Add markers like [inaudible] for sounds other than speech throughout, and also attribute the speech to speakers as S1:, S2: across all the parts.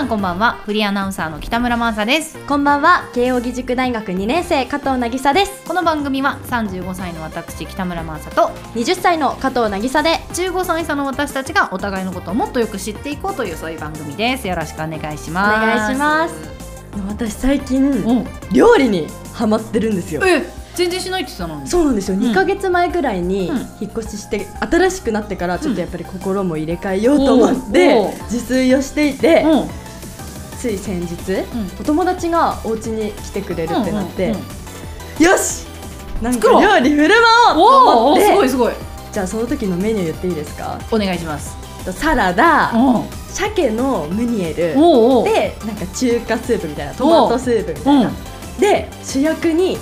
S1: んこんばんはフリーアナウンサーの北村真麻です
S2: こんばんは慶應義塾大学2年生加藤渚です
S1: この番組は35歳の私北村真麻と
S2: 20歳の加藤渚で
S1: 15歳差の私たちがお互いのことをもっとよく知っていこうというそういう番組ですよろしくお願いし
S2: お
S1: ます
S2: 願いします私最近
S1: うん
S2: 料理にハマってるんですよ
S1: え全然しないって言ってたのに
S2: そうなんですよ、
S1: ん
S2: 2ヶ月前くらいに
S1: うん
S2: 引っ越しして新しくなってからちょっとやっぱり心も入れ替えようと思って
S1: おうおう
S2: 自炊をしていて
S1: うん
S2: つい先日、
S1: ん
S2: お友達がお家に来てくれるってなって、
S1: うんうん
S2: よしなん
S1: 作
S2: か
S1: ろう
S2: 料理振る舞
S1: お
S2: お
S1: お
S2: うと思
S1: ー
S2: っ
S1: すご
S2: て
S1: いすごい
S2: じゃあその時のメニュー言っていいですか
S1: お願いします
S2: サラダ
S1: お
S2: 鮭のムニエル
S1: おで
S2: でなんか中華スープみたいなトマトスープみたいな
S1: うん
S2: で主役に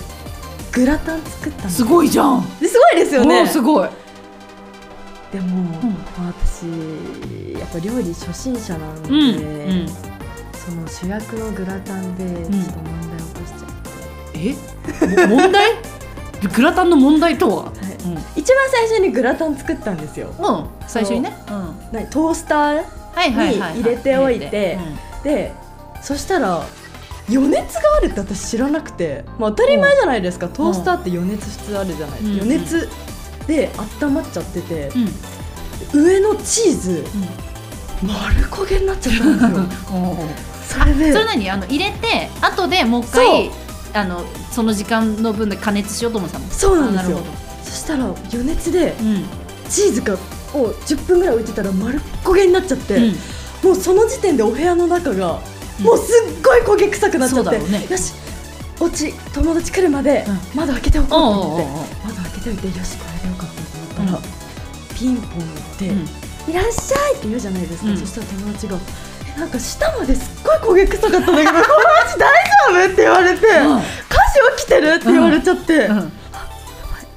S2: グラタン作ったの
S1: すごいじゃん
S2: ですごいですよ
S1: お
S2: ね
S1: ーすごい
S2: でも、
S1: うん
S2: まあ私やっぱ料理初心者なんで、
S1: うんうん
S2: その主役のグラタンでちょっと問題を起こしちゃって、
S1: えも問題 [laughs] グラタンの問題とは
S2: はい一番最初にグラタン作ったんですよ
S1: うん、うん、最初にね、うん、は
S2: なにトースター
S1: いはいはい、
S2: に入れておいてでそしたら余熱があるって私知らなくて、まあ、当たり前じゃないですか、トースターって余熱普通あるじゃない、
S1: うん
S2: 余熱で温まっちゃってて
S1: う、ん、うん
S2: 上のチーズ丸焦げになっちゃったんですよ
S1: おー [laughs]
S2: それで
S1: それなにあの入れて後でもう一回あのその時間の分で加熱しようと思ってたもん
S2: そうなんですよ
S1: あなる
S2: そしたら余熱で
S1: ほどうん
S2: チーズがを10分ぐらい置いてたら丸焦げになっちゃって、
S1: うん
S2: もうその時点でお部屋の中が
S1: うん
S2: もうすっごい焦げ臭くなっちゃ
S1: そう
S2: っ
S1: だ
S2: て、
S1: ろうね
S2: よしお家友達来るまで
S1: う
S2: 窓開けておこうと思
S1: お
S2: って、
S1: うおうおう
S2: 窓開けておいてよしこれでよかったと思ったら、
S1: う
S2: ピンポンで、
S1: うん
S2: いらっしゃいって言うじゃないですか、
S1: うん
S2: そしたら友達がえなんか下まですっごい焦げ臭かったん
S1: [laughs]
S2: だけどこの家大丈夫って言われて、
S1: うん
S2: 火事起きてるって言われちゃって、
S1: うん
S2: やばい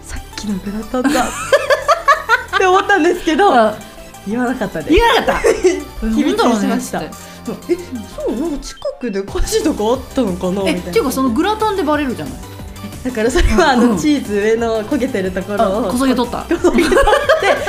S2: さっきのグラタンだって思ったんですけど、
S1: あ
S2: 言わなかったです
S1: 言わなか [laughs] った
S2: 秘密にしました
S1: なんだろうね
S2: えそうなんか近くで火事とかあったのかなみた
S1: え
S2: い
S1: っ
S2: な
S1: ていうかそのグラタンでバレるじゃない
S2: だからそれはあ
S1: う
S2: の
S1: ん
S2: チーズ上の焦げてるところ
S1: あ
S2: を [laughs]
S1: こそげ取った
S2: で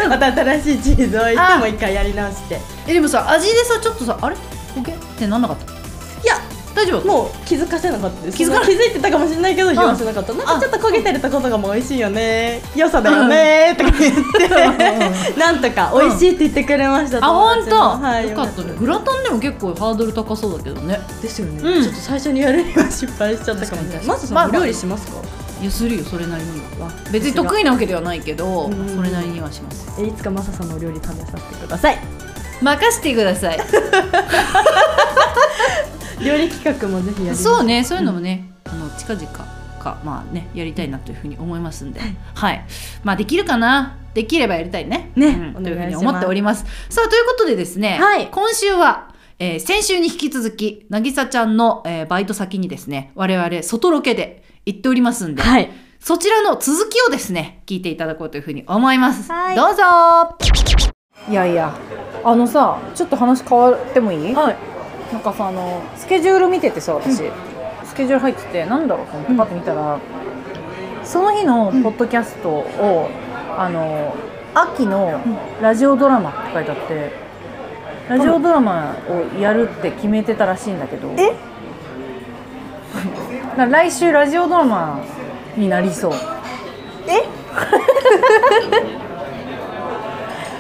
S2: また新しいチーズを置いて
S1: あ
S2: もう一回やり直して
S1: えでもさ味でさちょっとさあれ焦げってなんなかった
S2: いや
S1: 大丈夫
S2: もう気づかせなかったです
S1: 気づかな
S2: 気づいてたかもしれないけど
S1: ん
S2: 言わせなかったなん
S1: あ
S2: かちょっと焦げてるところがもう美味しいよね良さだよねとか言ってなんとか美味しいって言ってくれました
S1: あ本当、
S2: はい
S1: よかったね
S2: よ
S1: グラタンでも結構ハードル高そうだけどね
S2: ですよね
S1: うん
S2: ちょっと最初にやるには失敗しちゃったかもしれない
S1: 確かに
S2: まず
S1: ま
S2: さ
S1: あ
S2: ん
S1: まあ
S2: 料理しますか
S1: いやするよそれなりには別に得意なわけではないけど、
S2: うん
S1: それなりにはします
S2: えいつかマサさんのお料理食べさせてください
S1: 任せてください
S2: 料理企画もぜひやります
S1: [laughs] そうねそういうのもね、あの近々かまあねやりたいなというふうに思いますんではい、まあできるかなできればやりたいね
S2: ね
S1: うん
S2: お願いします
S1: というふうに思っておりますさあということでですね、
S2: はい
S1: 今週はえー先週に引き続き渚ちゃんの、えーバイト先にですね我々外ロケで行っておりますんで、
S2: はい
S1: そちらの続きをですね、聞いていただこうというふうに思います。
S2: はい
S1: どうぞいやいや、あのさ、ちょっと話変わってもいい
S2: はい
S1: なんかさ、あの、スケジュール見ててさ、私、スケジュール入ってて、なんだろうと思ってパッと見たら、その日のポッドキャストを、あの、秋のラジオドラマって書いてあって、ラジオドラマをやるって決めてたらしいんだけど、
S2: え
S1: だから来週ラジオドラマになりそう。 [laughs]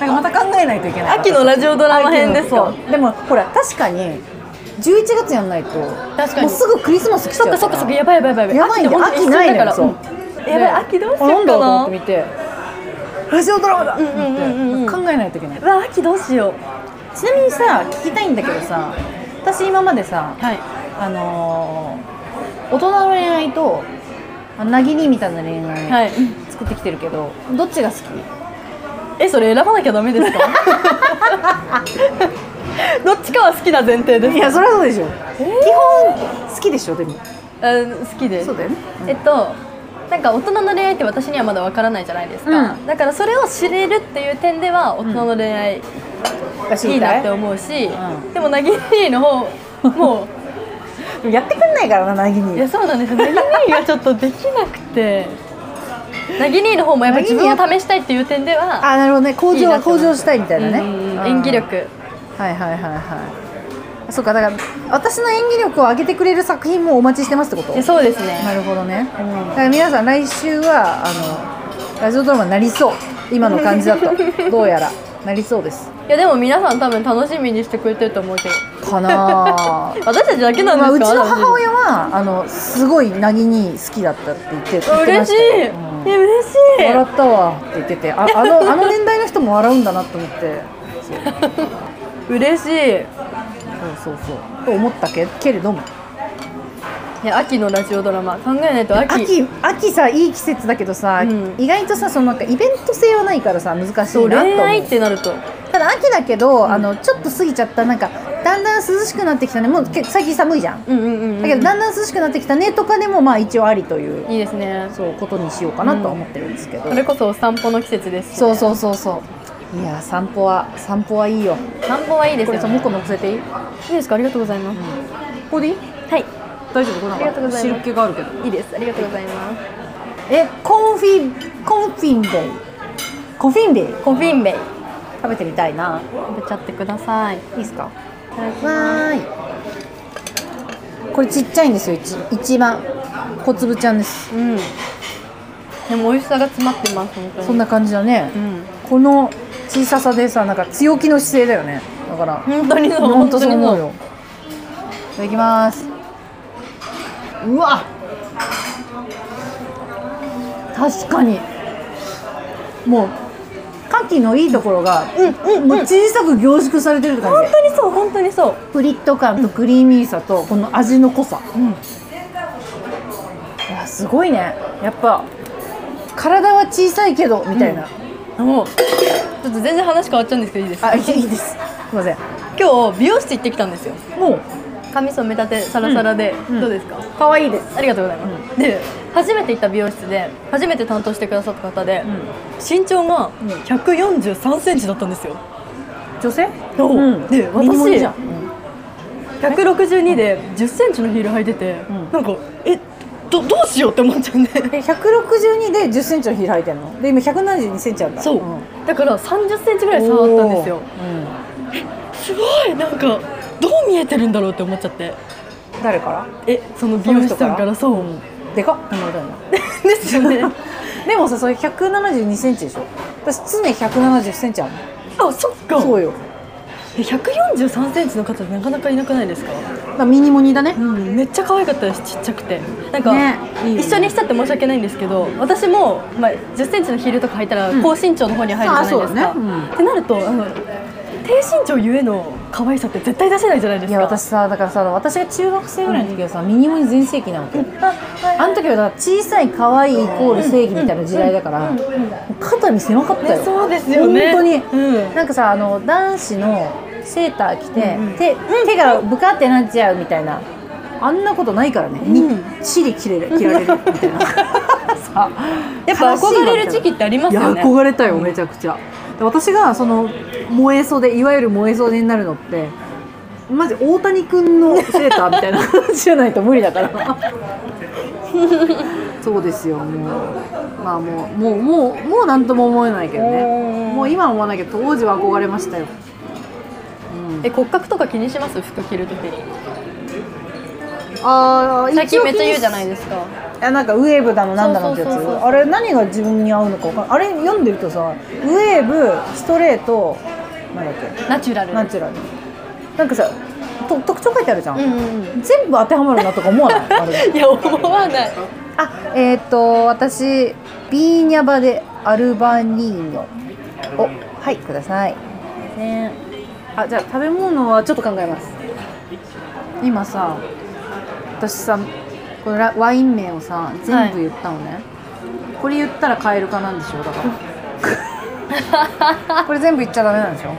S1: なんかまた考えないといけない
S2: 秋のラジオドラマ編ですか
S1: 秋のそうでもほら確かに11月やんないと
S2: 確かに
S1: もうすぐクリスマス来ち
S2: そ
S1: ゃう
S2: っ
S1: から
S2: かそっかそっかやばいやばいやばい
S1: やばいね
S2: 本当に
S1: 秋ないのよ
S2: 一瞬だからやばい秋どうしようか
S1: な
S2: なん
S1: だろうと思って見てラジオドラマだと思って、
S2: うんうんうんうん
S1: 考えないといけないう
S2: わ秋どうしよう
S1: ちなみにさ聞きたいんだけどさ私今までさ
S2: はい
S1: あのー大人の恋愛とあなぎにみたいな恋愛
S2: はい
S1: 作ってきてるけど、どっちが好き
S2: えそれ選ばなきゃダメですか [laughs] どっちかは好きな前提です
S1: そりゃそうでしょ、基本好きでしょでも
S2: うん好きです
S1: そうだよね、
S2: えっとなんか大人の恋愛って私にはまだわからないじゃないですか、
S1: うん
S2: だからそれを知れるっていう点では大人の恋愛、いいなって思うし、
S1: うん
S2: でもなぎにの方も
S1: やってくんないからななぎ
S2: う
S1: に
S2: いやそうなんですよなぎにがちょっとできなくてなぎにの方もやっぱ自分を試したいっていう点では
S1: あなるほどね向
S2: いい
S1: 上
S2: なって
S1: 向
S2: 思う
S1: 上したいみたいなね
S2: うんうん
S1: あー
S2: 演技力
S1: はいはいはいはいそうかだから私の演技力を上げてくれる作品もお待ちしてますってこと
S3: えそうですね
S1: なるほどね、だから皆さん来週はあのラジオドラマになりそう今の感じだとどうやらなりそうです
S3: いやでも皆さん多分楽しみにしてくれてると思うけど
S1: かなあ
S3: 私たちだけなんで
S1: まあ、う
S3: す
S1: ち
S3: か、
S1: の母親はあのすごいなぎに好きだったって言って言ってま
S3: 嬉
S1: し
S3: したい
S1: よ
S3: え嬉し
S1: う
S3: い
S1: ん、笑ったわって言っててああのあの年代の人も笑うんだなと思ってそう
S3: 嬉しい
S1: そうそうそうと思ったけけれども
S3: いや秋のラジオドラマ考えないと秋
S1: 秋秋さいい季節だけどさ、
S3: うん
S1: 意外とさそのなんかイベント性はないからさ難しいなと
S3: そう
S1: 思う
S3: 恋愛ってなると
S1: ただ秋だけど、あのちょっと過ぎちゃったなんかだんだん涼しくなってきたねもうけ最近寒いじゃん、
S3: うんうんうん、うん、
S1: だけどだんだん涼しくなってきたねとかでもまあ一応ありという
S3: いいですね
S1: そうことにしようかなとは思ってるんですけど、
S3: それこそお散歩の季節です
S1: そううそうそうそういやー散歩は散歩はいいよ
S3: 散歩はいいです
S1: これ
S3: よ、
S1: さ
S3: ね、
S1: もう一個乗せていい
S3: いいですかありがとうございます、
S1: ここでいい
S3: はい
S1: 大丈夫これなんか
S3: ありがとうございます
S1: 汁気があるけど
S3: いいですありがとうございます
S1: えコンフィコンフィンベイコンフィンベイ
S3: コフィンベイ
S1: 食べてみたいな
S3: 食べちゃってください
S1: いいですか
S3: いただきます
S1: わーいこれちっちゃいんですよ一一番小粒ちゃんです
S3: うんでも美味しさが詰まってます本当に
S1: そんな感じだね、
S3: うん
S1: この小ささでさなんか強気の姿勢だよねだから
S3: 本当にそう
S1: 本当そう
S3: 本
S1: 思う
S3: 当にそう
S1: よいただきますうわ確かにもう牡蠣のいいところが、もう小さく凝縮されてるって感
S3: 本
S1: じ
S3: 当にそう本当にそう
S1: プリッと感とクリーミーさとこの味の濃さ、いやすごいねやっぱ体は小さいけどみたいな、
S3: もうちょっと全然話変わっちゃうんですけどいいです
S1: あいいですすいません
S3: 今日美容室行ってきたんですよ
S1: もう
S3: 髪染めたてサラサラで、
S1: うん
S3: どうですか、
S1: 可愛いです
S3: ありがとうございます、で初めて行った美容室で初めて担当してくださった方で、身長が
S1: ん
S3: 1 4 3センチだったんですよ
S1: 女性
S3: そう
S1: で
S3: で
S1: 私ミニモニじゃん、
S3: 私162で1 0センチのヒール履いてて、
S1: ん
S3: なんかえどどうしようって思っちゃうんで
S1: え162で1 0ンチのヒール履いてんので今1 7 2ンチあるんだ
S3: そう、
S1: ん
S3: だから3 0センチぐらい差あったんですよ
S1: おー
S3: すごいなんかどう見えてるんだろうって思っちゃって
S1: うん誰から
S3: えその美容師さんから
S1: その
S3: そう、
S1: でかっって言われたんだ
S3: ですよね
S1: でもさそれ1 7 2ンチでしょ私常1 7 0ンチある
S3: あそっか
S1: のそうよ
S3: え143センチの方なかなかいなくないですか、
S1: だからミニモニだね
S3: うん、めっちゃ可愛かったですちっちゃくてなんか、
S1: ねいいよね
S3: 一緒にしちゃって申し訳ないんですけど私も、まあ、1 0ンチのヒールとか履いたら
S1: ん
S3: 高身長の方に入るじゃないですか、
S1: あそうだねうん
S3: ってなるとあの低身長ゆえの可愛さって絶対出せないじゃないです
S1: い
S3: か
S1: や私さだからさ私が中学生ぐらいの時はさ、ミニモニ全盛期なわけよあの時はだから小さい可愛いイコール正義みたいな時代だから、肩身狭かったよ、
S3: ねそうですよね
S1: 本当に、
S3: うん
S1: なんかさあの男子のセーター着て、手手がブカってなっちゃうみたいなあんなことないからね、みっちり着れる着られるみた [laughs] いなさ
S3: やっぱ憧れる時期ってありますよ
S1: い
S3: ね
S1: や憧れたよめちゃくちゃで私がその燃え袖いわゆる燃え袖になるのってマジ大谷君のセーターみた
S3: [laughs]
S1: いな感じじゃないと無理だからそうですよもうまあもうもうもうもう何とも思えないけどねもう今は思わないけど当時は憧れましたよ
S3: え骨格とか気にします服着るときに
S1: ああ
S3: 最近めっちゃ言うじゃないですか
S1: いやなんかウェーブだのなんだのってや
S3: そうそうそうそう
S1: つあれ何が自分に合うのか分かんないあれ読んでるとさウェーブストレートなんだっけ
S3: ナチュラル
S1: ナチュラルなんかさと特徴書いてあるじゃん、
S3: うんうんうん
S1: 全部当てはまるなとか思わないあれ
S3: いや思わない
S1: あえっ、と私ビーニャバでアルバニーニョおはいくださいねあじゃあ食べ物はちょっと考えます今さ私さこのラワイン名をさ全部言ったのね、これ言ったらカエルかなんでしょうだから [laughs] これ全部言っちゃダメなんでしょ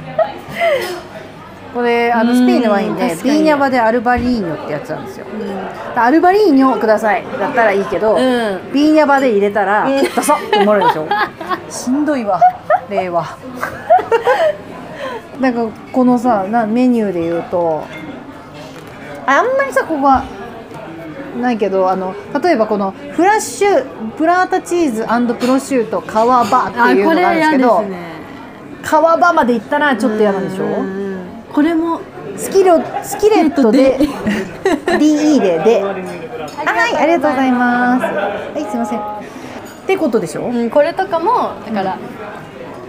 S1: これあの
S3: うん
S1: スペインのワインで
S3: 確か
S1: ビ
S3: に
S1: ーニャバでアルバリーニョってやつなんですよアルバリーニョくださいだったらいいけど、
S3: ん
S1: ビーニャバで入れたらダサって思われる [laughs] でしょしんどいわ令和 [laughs] なんかこのさなメニューで言うとああんまりさここはないけどあの例えばこのフラッシュプラータチーズプロシュートカワバっていうのがあるんですけど
S3: ね
S1: カワバまで行ったらちょっと嫌なんでしょ
S3: これも好
S4: スキロスキレットで
S1: [laughs]
S4: DE でであはいありがとうございますはいすいません
S1: ってことでしょ、
S3: うん、これとかもだから、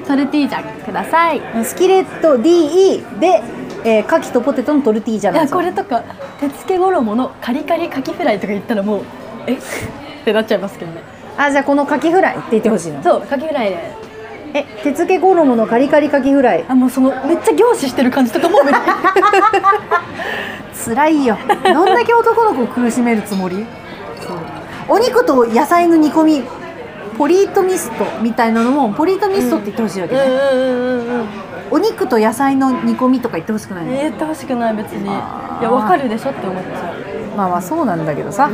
S3: トルティージャくださいい
S4: スキレット DE で、えー、牡蠣とポテトのトルティージャなんで
S3: や
S4: すよ
S3: これとか手付け衣のカリカリカキフライとか言ったらもうえってなっちゃいますけどね
S4: あじゃあこのカキフライって言ってほしいの
S3: そうカキフライで
S4: え手付け衣のカリカリカキフライ
S3: あもうそのめっちゃ凝視してる感じとかもうめっちゃ
S4: 辛い [laughs] よ
S1: どんだけ男の子を苦しめるつもり
S4: お肉と野菜の煮込みポリートミストみたいなのもポリートミストって言ってほしいわけ、ね
S3: うんうんうんうん
S4: お肉と野菜の煮込みとか言ってほしくないの、
S3: 言ってほしくない別にいやわかるでしょって思っちゃう
S1: まあまあそうなんだけどさ、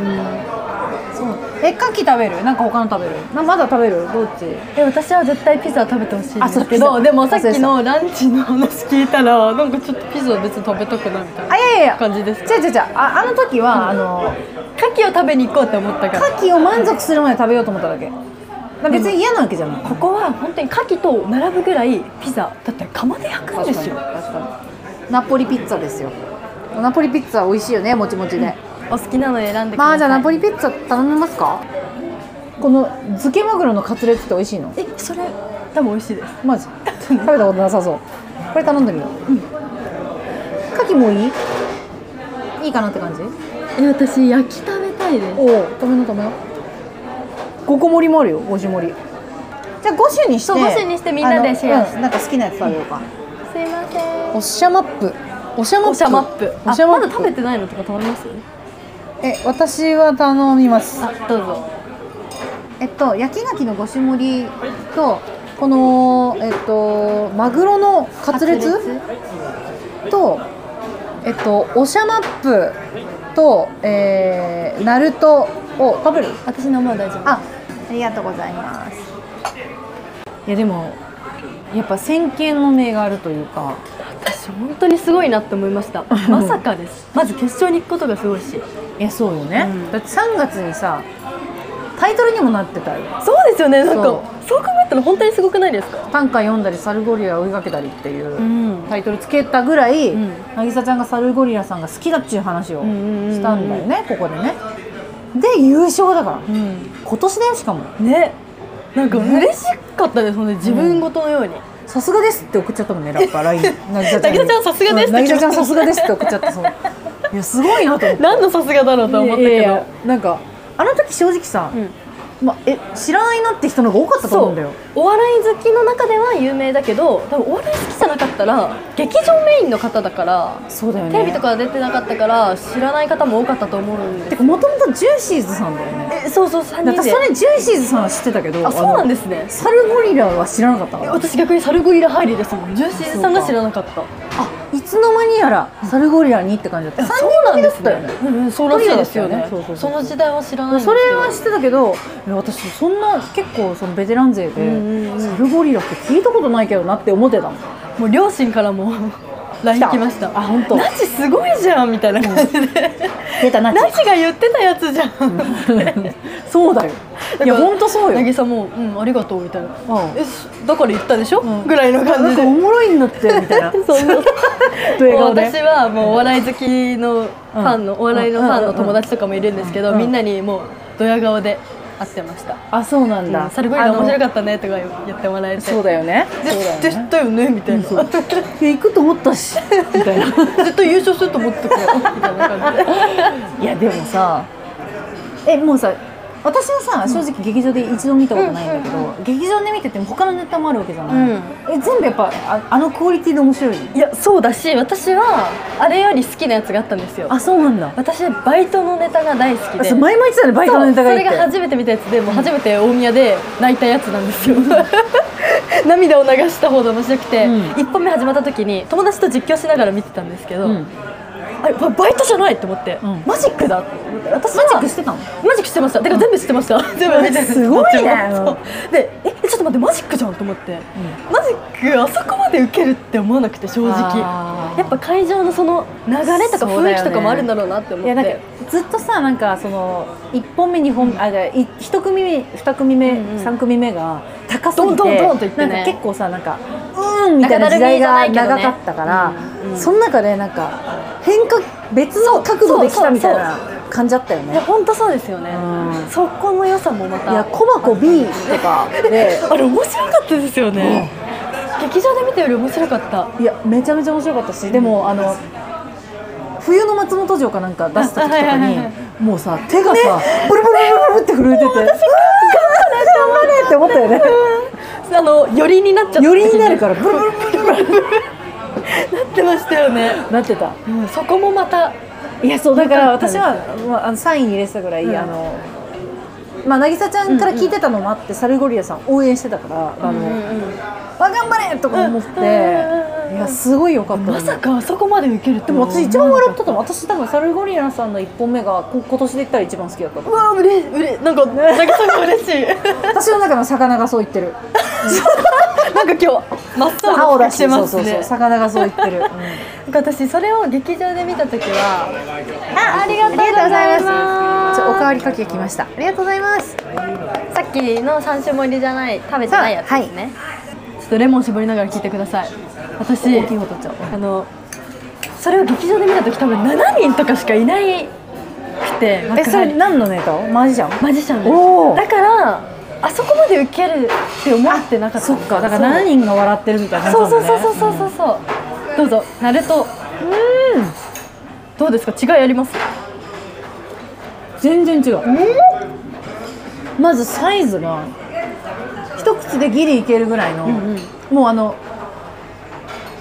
S1: そうえ牡蠣食べるなんか他の食べるなまだ食べるどっち
S3: え私は [laughs] 絶対ピザ食べてほしいん
S1: あ
S3: で
S1: そう
S3: すけどでもさっ
S1: そう
S3: き
S1: で
S3: のランチの話聞いたらなんかちょっとピザは別に食べたくないみた
S1: あ
S3: い
S1: い
S3: な
S1: やいやいや
S3: 感じですか
S1: 違う違う違うああの時は、あの
S3: 牡蠣を食べに行こうって思ったから
S1: 牡蠣を満足するまで食べようと思っただけな別に嫌なわけじゃない
S3: ここは本当に牡蠣と並ぶぐらいピザだって釜で焼くんで
S1: 確か
S3: す
S1: に
S3: よ
S1: 確かにナポリピッツァですよナポリピッツァ美味しいよねもちもちで、
S3: お好きなの選んでください
S1: まあじゃあナポリピッツァ頼みますかこの漬けマグロのカツレツって美味しいの
S3: えそれ多分美味しいです
S1: マジ食べたことなさそうこれ頼んでみよう牡蠣、もいいいいかなって感じ
S2: え私焼き食べたいです
S1: おお止めな止めな5個盛りもあるよ5種盛りじゃあ5種にして
S3: そう5種にしてみんなでシェアし
S1: あの
S3: て
S1: うんなんか好きなやつ食べようか、
S3: すいません
S1: おっしゃマップおしゃマップ
S3: おしゃマップ
S1: お
S3: あ
S1: しゃマ
S3: ま
S1: ップ
S3: だ食べてないのとか頼みます
S1: え私は頼みます
S3: あどうぞ
S1: えっと焼き牡蠣の5種盛りとこのえっとマグロのカツレツとえっとおしゃマップとえー、ナルトを食べる
S3: 私のまだ大丈夫
S4: あありがとうございます
S1: いやでもやっぱ先見の明があるというか
S3: 私本当にすごいなって思いました [laughs] まさかですまず決勝に行くことがすごいし
S1: いやそうよね、だって3月にさタイトルにもなってたよ
S3: そうですよねなんか
S1: そ
S3: そう考えたら本当にすごくないですか
S1: 短歌読んだりサルゴリラ追いかけたりっていう、
S3: ん
S1: タイトルつけたぐらい、
S3: ん
S1: 渚ちゃんがサルゴリラさんが好きだっていう話を
S3: んうんうんうん
S1: したんだよね、ここでねで優勝だから
S3: うん
S1: 今年だよしかも
S3: ねなんか嬉しかったですほんで自分事のように、
S1: さすがですって送っちゃったもんねラッパー LINE 渚
S3: 渚ちゃんさすがですって
S1: なぎさちゃんさすがですって送っちゃったそういやすごいなと思って
S3: 何のさすがだろうと思ったけど
S1: いやいやなんかあの時正直さ、ま、え知らないなって人の方が多かったと
S3: そ
S1: 思うんだ
S3: う
S1: よ
S3: お笑い好きの中では有名だけど多分お笑い好きじゃなかったら劇場メインの方だから
S1: そうだよね
S3: テレビとかは出てなかったから知らない方も多かったと思うんで
S1: てかもともとジューシーズさんだよね
S3: えそうそう3人
S1: 私
S3: で
S1: それジューシーズさんは知ってたけど
S3: あそうなん
S1: で
S3: ですね
S1: サルゴリラは知らなかったか
S3: え
S1: ら
S3: 私逆にサルゴリラ入りですもんジューシーさんが知らなかった
S1: あいつの間にやらサルゴリラにって感じだった3
S3: そう
S1: 人
S3: なん
S1: 組
S3: で
S1: だっ
S3: す
S1: たよね
S3: ねうんうんそうらしいですよね
S1: そうそうそう
S3: その時代は知らないんです
S1: そ
S3: よ
S1: れは知ってたけどいや私そんな結構そのベテラン勢
S3: ん
S1: でサルゴリラって聞いたことないけどなって思ってたの
S3: もう両親から [laughs] も LINE 来ました
S1: あ本当
S3: ナチすごいじゃんみたいな感じで
S1: 出たな
S3: ナチが言ってたやつじゃん
S1: そうだよいや本当そうよ
S3: 渚も「うんありがとう」みたいな
S1: うん
S3: えそだから言ったでしょ、ぐらいの
S1: な
S3: 感
S1: ん
S3: じ
S1: か
S3: で
S1: おもろいんだってみた
S3: [laughs]
S1: いな
S3: そんなもう
S1: 笑顔で
S3: 私はもうお笑い好きのファンの、お笑いのファンの友達とかもいるんですけど、みんなにもうドヤ顔で会ってました
S1: あそうなん
S3: 「サルゴリラ面白かったね」とか言ってもらえて「
S1: そうだよね
S3: で絶対よね」みたいな「
S1: いや行くと思ったし
S3: [laughs]
S1: みたいな
S3: 絶対優勝すると思ってたよ」みたいな感じで
S1: [laughs] いやでもさえもうさ私はさ正直劇場で一度見たことないんだけど、劇場で見てても他のネタもあるわけじゃない、
S3: うん
S1: え全部やっぱああのクオリティで面白い
S3: いやそうだし私はあれより好きなやつがあったんですよ
S1: あそうなんだ
S3: 私バイトのネタが大好き
S1: あ
S3: で
S1: そう前々言ってたねバイトのネタがいいって
S3: そうそれが初めて見たやつでもう初めて大宮で泣いたやつなんですよ涙を流したほど面白くて、
S1: うん
S3: 一1本目始まった時に友達と実況しながら見てたんですけど、
S1: うん
S3: あれババイトじゃないと思って、
S1: うん
S3: マジックだって思って私は
S1: マジックしてたの
S3: マジックしてましたてか全部知ってました [laughs] 全部見て
S1: すごいね
S3: そうでえちょっと待ってマジックじゃんと思って、マジックあそこまで受けるって思わなくて正直
S1: あー
S3: やっぱ会場のその流れとか雰囲気とかもあるんだろうなって思
S1: い
S3: っ
S1: やなんか
S3: て
S1: ずっとさなんかその1本目2本あじゃあい一組目2組目、
S3: うんうん
S1: 3組目が高すぎて
S3: どんどんどんと行ってね
S1: なんか結構さなんかうンみたいな時代が長かったから、
S3: うんうん
S1: その中でなんか変化別の角度できたみたいな感じだったよ
S3: いや
S1: ね。
S3: 本当そうですよね、
S1: うん
S3: そこの良さもま
S1: いや
S3: た
S1: 小箱 B とか [laughs] で
S3: あれ面白かったですよね、劇場で見たより面白かった
S1: いやめちゃめちゃ面白かったしでもあの冬の松本城かなんか出した時と
S3: あは
S1: か
S3: いはい
S1: に
S3: はいは
S1: もうさ手がさブルブルブルブルって震えてて頑張れって思ったよね
S3: あの寄りになっちゃった
S1: よりになるからブルブル
S3: なってましたよね、 [laughs]
S1: なってた
S3: うん、そこもまた
S1: いやそうだから私は、まあ、あのサインに入れてたぐらい、
S3: うん
S1: あのまあ渚ちゃんから聞いてたのもあって、サルゴリラさん応援してたから「あのわ頑張れ!」とか思って、
S3: うんうんうんうん
S1: いやすごい良かった、
S3: まさかあそこまで受ける
S1: で
S3: と
S1: も
S3: は
S1: 私一番笑ったのは私多分サルゴリラさんの1本目がこ今年で言ったら一番好きだったと思う
S3: うわうれうれなんかなぎさんが嬉しいな
S1: 私の中の魚がそう言ってる
S3: んか今日 [laughs] 真っ青
S1: 青
S3: な
S1: だ
S3: 服
S1: し、
S3: してま
S1: そう
S3: す
S1: そう
S3: ね
S1: そう魚がそう言 [laughs] ってる、
S3: なんか私それを劇場で見た時はあありがとうござい
S4: ありがとうござい
S3: ま
S1: お
S3: す
S1: かわりかけ来ました
S4: ありがとうございます。
S3: さっきの三種盛りじゃない食べてないやつですね、ちょっとレモン絞りながら聞いてください私あのそれを劇場で見た時多分7人とかしかいないくて
S1: え
S3: 幕
S1: それ
S3: 張
S1: 何のネタマジじゃん
S3: マジシャンで
S1: おー
S3: だからあそこまで受けるって思ってなかった
S1: そっかだから7人が笑ってるみたいな
S3: そう
S1: 感じ
S3: そ
S1: だも
S3: う
S1: んね
S3: そうそうそうそうそう、どうぞナルトうんどうですか違いあります
S1: 全然違うまずサイズが一口でギリいけるぐらいの、もうあの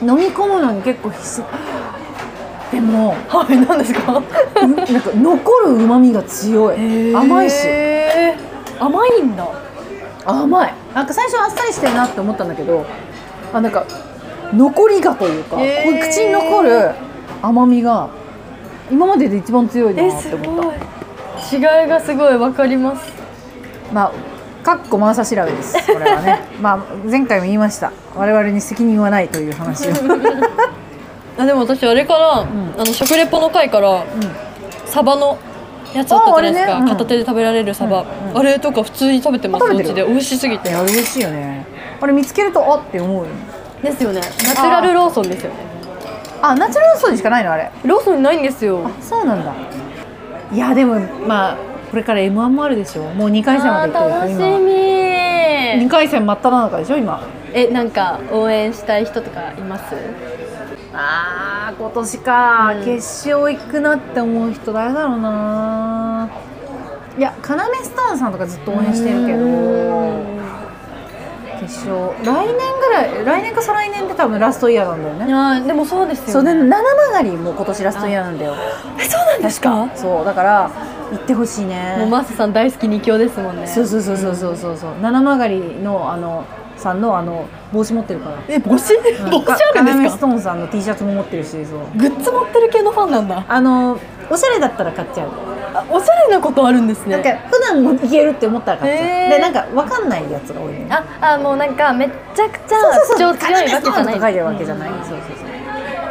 S1: 飲み込むのに結構必須でも
S3: [laughs] はい何ですか
S1: うなんか残るうまみが強い甘いし
S3: へー甘いんだ
S1: 甘いなんか最初あっさりしてるなって思ったんだけどあなんか残りがというか、
S3: へー
S1: こう口に残る甘みが今までで一番強いな
S3: え
S1: って
S3: す
S1: 思った
S3: ごい違いがすごいわかります
S1: まあ、かっこマンサ調べです。これは
S3: [laughs]
S1: ね、まあ、前回も言いました。我々に責任はないという
S3: [laughs]
S1: 話を。
S3: [laughs] あでも私あれから、あの食レポの回から、サバのやつあったじゃないですか、
S1: ああれねうん
S3: 片手で食べられるサバ、あれとか普通に食べてます
S1: 食
S3: お
S1: べて
S3: 家
S1: る
S3: で美味しすぎ
S1: い
S3: て
S1: や、あれ美味しいよね。あれ見つけると、あって思うよね。
S3: ですよねナチュラルローソンですよね
S1: あ、ナチュラルソーにしかないの、あれ。
S3: ローソンにないんですよ
S1: そうなんだ。いや、でも、まあ、これから M1 もあるでしょもう2回戦まで行
S3: あ
S1: って
S3: ー
S1: る
S3: 楽し
S1: よ、今。2
S3: み
S1: 回戦真っ只中でしょ今。
S3: えなんか応援したい人とかいます
S1: ああ、今年か、
S3: うん
S1: 決勝行くなって思う人誰だろうな。いや、カナメスターンさんとかずっと応援してるけど。決勝来年ぐらい来年か再来年で多分ラストイヤーなんだよね、
S3: あでもそうです
S1: そ
S3: よ
S1: うで
S3: ね
S1: 七曲りも今年ラストイヤーなんだよ
S3: えそうなんですか
S1: そうだから行ってほしいね
S3: もうマスさん大好き二強ですもんね
S1: そうそうそうそうそうそうそう七曲りのあのさんのあの帽子持ってるから
S2: [laughs]
S3: え帽子帽子ある
S1: カナ
S3: んで
S1: メ
S3: す
S1: ス
S3: か
S1: トーンさんの T シャツも持ってるしそう
S3: グッズ持ってる系のファンなんだ
S1: あのおしゃれだったら買っちゃう、
S3: あおしゃれなことあるんですね
S1: なんか普段もいけるって思ったら買っちゃう、
S3: へー
S1: でなんかわかんないやつが多いね
S3: ああもうなんかめちゃくちゃ
S1: そうそう
S3: 主張強いわけじ
S1: カナメ
S3: ゃ
S1: ストーンと
S3: な
S1: 書い
S3: い
S1: てるわけじゃない、そうそうそう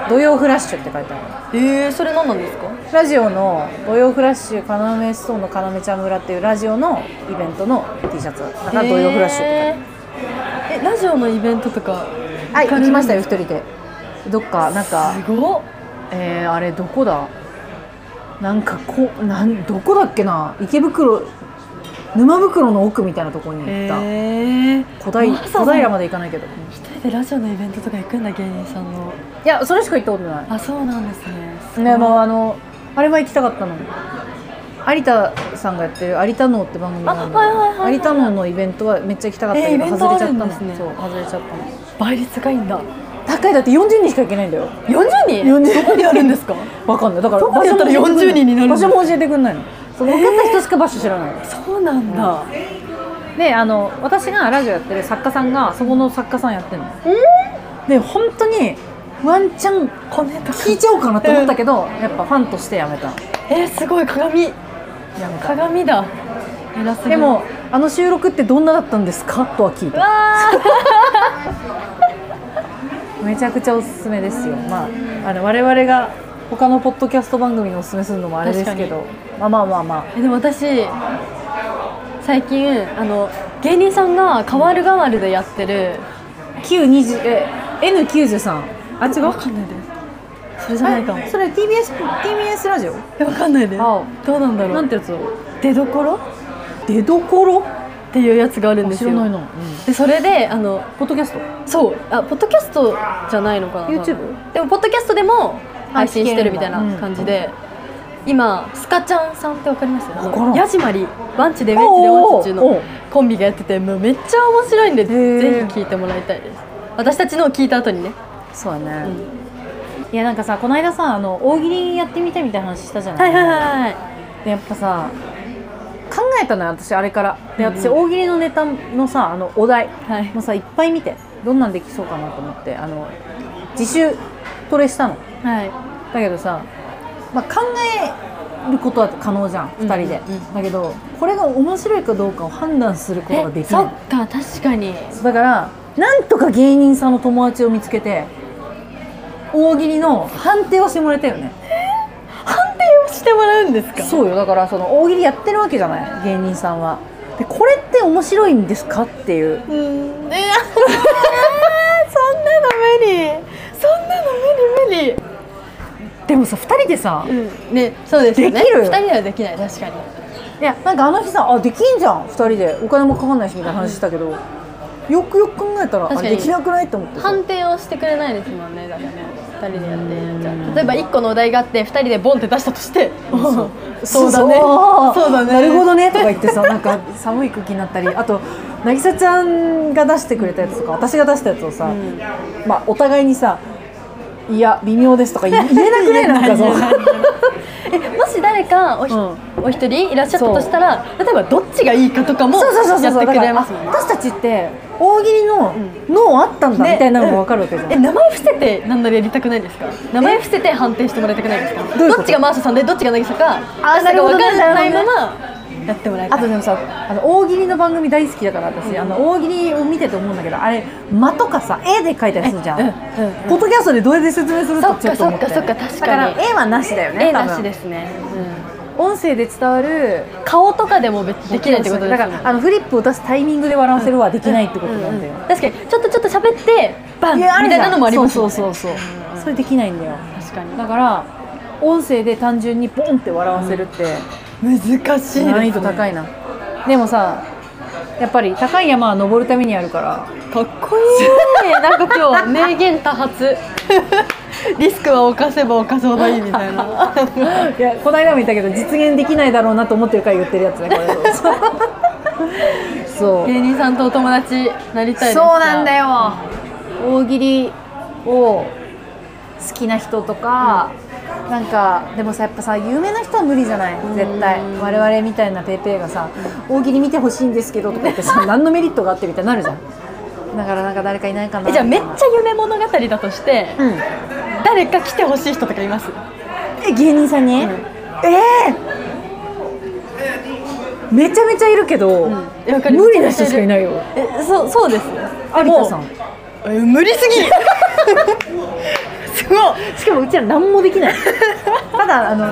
S1: 土曜フラッシュって書いてある
S3: えー、それ何なんですか
S1: ラジオの「土曜フラッシュかなめストーンのかなめちゃん村」っていうラジオのイベントの T シャツだから「土曜フラッシュ」って
S3: えーえラジオのイベントとか
S1: 書いてあるはい行きましたよ一人でどっかなんか
S3: すごっ
S1: えー、あれどこだなんかこなんどこだっけな池袋沼袋の奥みたいなとこに行った、
S3: えー、
S1: 小平
S3: まさか
S1: 小平まで行かないけど、うん
S3: 一人でラジオのイベントとか行くんだ芸人さんの
S1: いやそれしか行ったことない
S3: あそうなんですねすごい
S1: でもあのあれは行きたかったの有田さんがやってる「有田能」って番組なん
S3: あはいはいはいはい
S1: 有田能のイベントはめっちゃ行きたかった
S3: え
S1: け
S3: ーイ
S1: ど
S3: ベント
S1: 外れちゃった
S3: あ
S1: の、
S3: るんですね
S1: そう外れちゃった
S3: 倍率がいいんだ
S1: の高いだって40人しか行けないんだよ
S3: 40人
S1: 40
S3: どこにあるんですか
S1: わかんないだから
S3: どこでやったら
S1: 場所も教えてく
S3: 40
S1: れ
S3: 人になるの
S1: 場所も教えてくんないのその受かった人しか場所知らないの、
S3: そうなんだ、
S1: であの私がラジオやってる作家さんがそこの作家さんやってるの、で本当にワンチャン
S3: コネとか
S1: 聞いちゃおうかなって思ったけど、やっぱファンとしてやめた
S3: [laughs] えー、すごい鏡
S1: やめた
S3: 鏡だ偉すぎる
S1: でもあの収録ってどんなだったんですかとは聞いた
S3: わー
S1: [laughs] めちゃくちゃおすすめですよ、まあ、あの我々が他のポッドキャスト番組におすすめするのもあれですけどまあまあまあまあ
S3: えでも私最近あの芸人さんが代わる代わるでやってる
S1: 920え N93 あ違う
S3: わかんないですそれじゃないかも
S1: えそれ TBS, TBS ラジオ
S3: えわかんないです
S1: あ
S3: どうなんだろ
S1: な
S3: うん
S1: てやつ
S3: 出どころ
S1: 出どころ
S3: っていうやつがあるんです
S1: 知
S3: よ
S1: らないの、うん
S3: でそれであの
S1: ポッドキャスト
S3: そうあポッドキャストじゃないのかな
S1: YouTube？
S3: でもポッドキャストでも配信してるみたいな
S1: あ聞けるんだ
S3: 感じで、今スカちゃんさんってわかりますあの
S1: わからん
S3: ヤジマリワンチでメンチでワンチ中のコンビがやっててもうめっちゃ面白いんで
S1: ー
S3: ぜひ聞いてもらいたいです私たちのを聞いた後にね
S1: そうだね、いやなんかさこの間さあの大喜利やってみたいみたいな話したじゃな、
S3: はいいはいはいはい
S1: でやっぱさ考えたのよ私あれからで私大喜利のネタのさあのお題
S3: はい
S1: もうさいっぱい見てどんなんできそうかなと思ってあの自習トレしたの
S3: はい
S1: だけどさ、まあ、考えることは可能じゃん
S3: うん
S1: 2人で、
S3: うんうん
S1: だけどこれが面白いかどうかを判断することがで
S3: え
S1: きな
S3: そ
S1: い
S3: っか確かに
S1: そうだからなんとか芸人さんの友達を見つけて大喜利の判定をしてもらいたいよね
S3: 判定をしてもらうんですか
S1: そうよだからその大喜利やってるわけじゃない芸人さんはでこれって面白いんですかっていう
S3: うーん [laughs] えそんなの無理そんなの無理無理
S1: でもさ2人でさ
S3: うんね、そうですよね。
S1: できる
S3: 二人ではできない、確かに。
S1: いやなんかあの日さあできんじゃん2人でお金もかかんないしみたいな話したけどよくよく考えたらあ
S3: 確か
S1: れ
S3: に
S1: できなくないと思ってさ
S3: 判定をしてくれないですもんね、だからね。二人でやって、じゃあ、例えば一個のお題があって、二人でボンって出したとして。 [laughs] そうだね。そうだね。
S1: なるほどねとか言ってさなん
S3: [laughs]
S1: か寒い空気になったりあと渚ちゃんが出してくれたやつとか私が出したやつをさ、まあお互いにさ「いや微妙です」とか言
S3: [laughs]
S1: え言えなくないなんかそう
S3: え、もし誰か、おひ、
S1: う
S3: お一人いらっしゃったとしたら、例えばどっちがいいかとかも。
S1: そうそうそうそう
S3: やってくれます
S1: だ
S3: もん
S1: か
S3: ね
S1: らあ私たちって大喜利の脳あったんだ
S3: ね
S1: みたいなのが分かるわけじゃん、
S3: え名前伏せて何なりやりたくないですか名前伏せて判定してもらいたくないですか
S1: どういうこと
S3: どっちがマーシャさんでどっちが渚か
S1: あー
S3: 渚
S1: な
S3: か分か
S1: るほどね
S3: らないままやってもらいた
S1: あ
S3: い
S1: とでもさあの大喜利の番組大好きだから私、あの大喜利を見てて思うんだけどあれ間とかさ絵で描いたりするじゃん、
S3: うんうん
S1: ポッドキャストでどうやって説明する
S3: そ
S1: と
S3: っか
S1: ちょっと思って
S3: そっかそっか確かに
S1: だから絵はなしだよね
S3: 絵
S1: 多分
S3: なしですね、
S1: 音声で伝わる
S3: 顔とかでも別にできないってことです
S1: だ
S3: よ
S1: か
S3: ね
S1: らあのフリップを出すタイミングで笑わせるはできないってことなんだよ、
S3: 確かにちょっとちょっと喋ってバン
S1: い
S3: み
S1: やあ
S3: た
S1: る
S3: い
S1: じゃん
S3: なのもあります
S1: そ
S3: もん
S1: う
S3: ね
S1: そうそうそうそれできないんだよ
S3: 確かに
S1: だから音声で単純にポンって笑わせるって、
S3: 難しい
S1: 難易度高いなでもさやっぱり高い山は登るためにあるから
S3: かっこいいなんか今日名言多発リスクは犯せば犯すほどいいみたいな
S1: いやこの間も言ったけど実現できないだろうなと思ってるから言ってるやつねこ [laughs] れそう
S3: 芸人さんとお友達なりたいですか
S1: そうなんだよ大喜利を好きな人とか、なんかでもさやっぱさ有名な人は無理じゃない絶対我々みたいなペーペーがさ「大喜利見てほしいんですけど」とか言って [laughs] さ何のメリットがあってみたいになるじゃんだからなんか誰かいないかな
S3: えじゃあめっちゃ夢物語だとして、
S1: うん
S3: 誰か来てほしい人とかいます
S1: え芸人さんに、ええめちゃめちゃいるけど、
S3: えわかります
S1: 無理な人しかいないよ
S3: えそうそうです
S1: 有田さん
S3: え無理すぎ
S1: [laughs]
S3: すごい
S1: しかもうちら何もできないただあの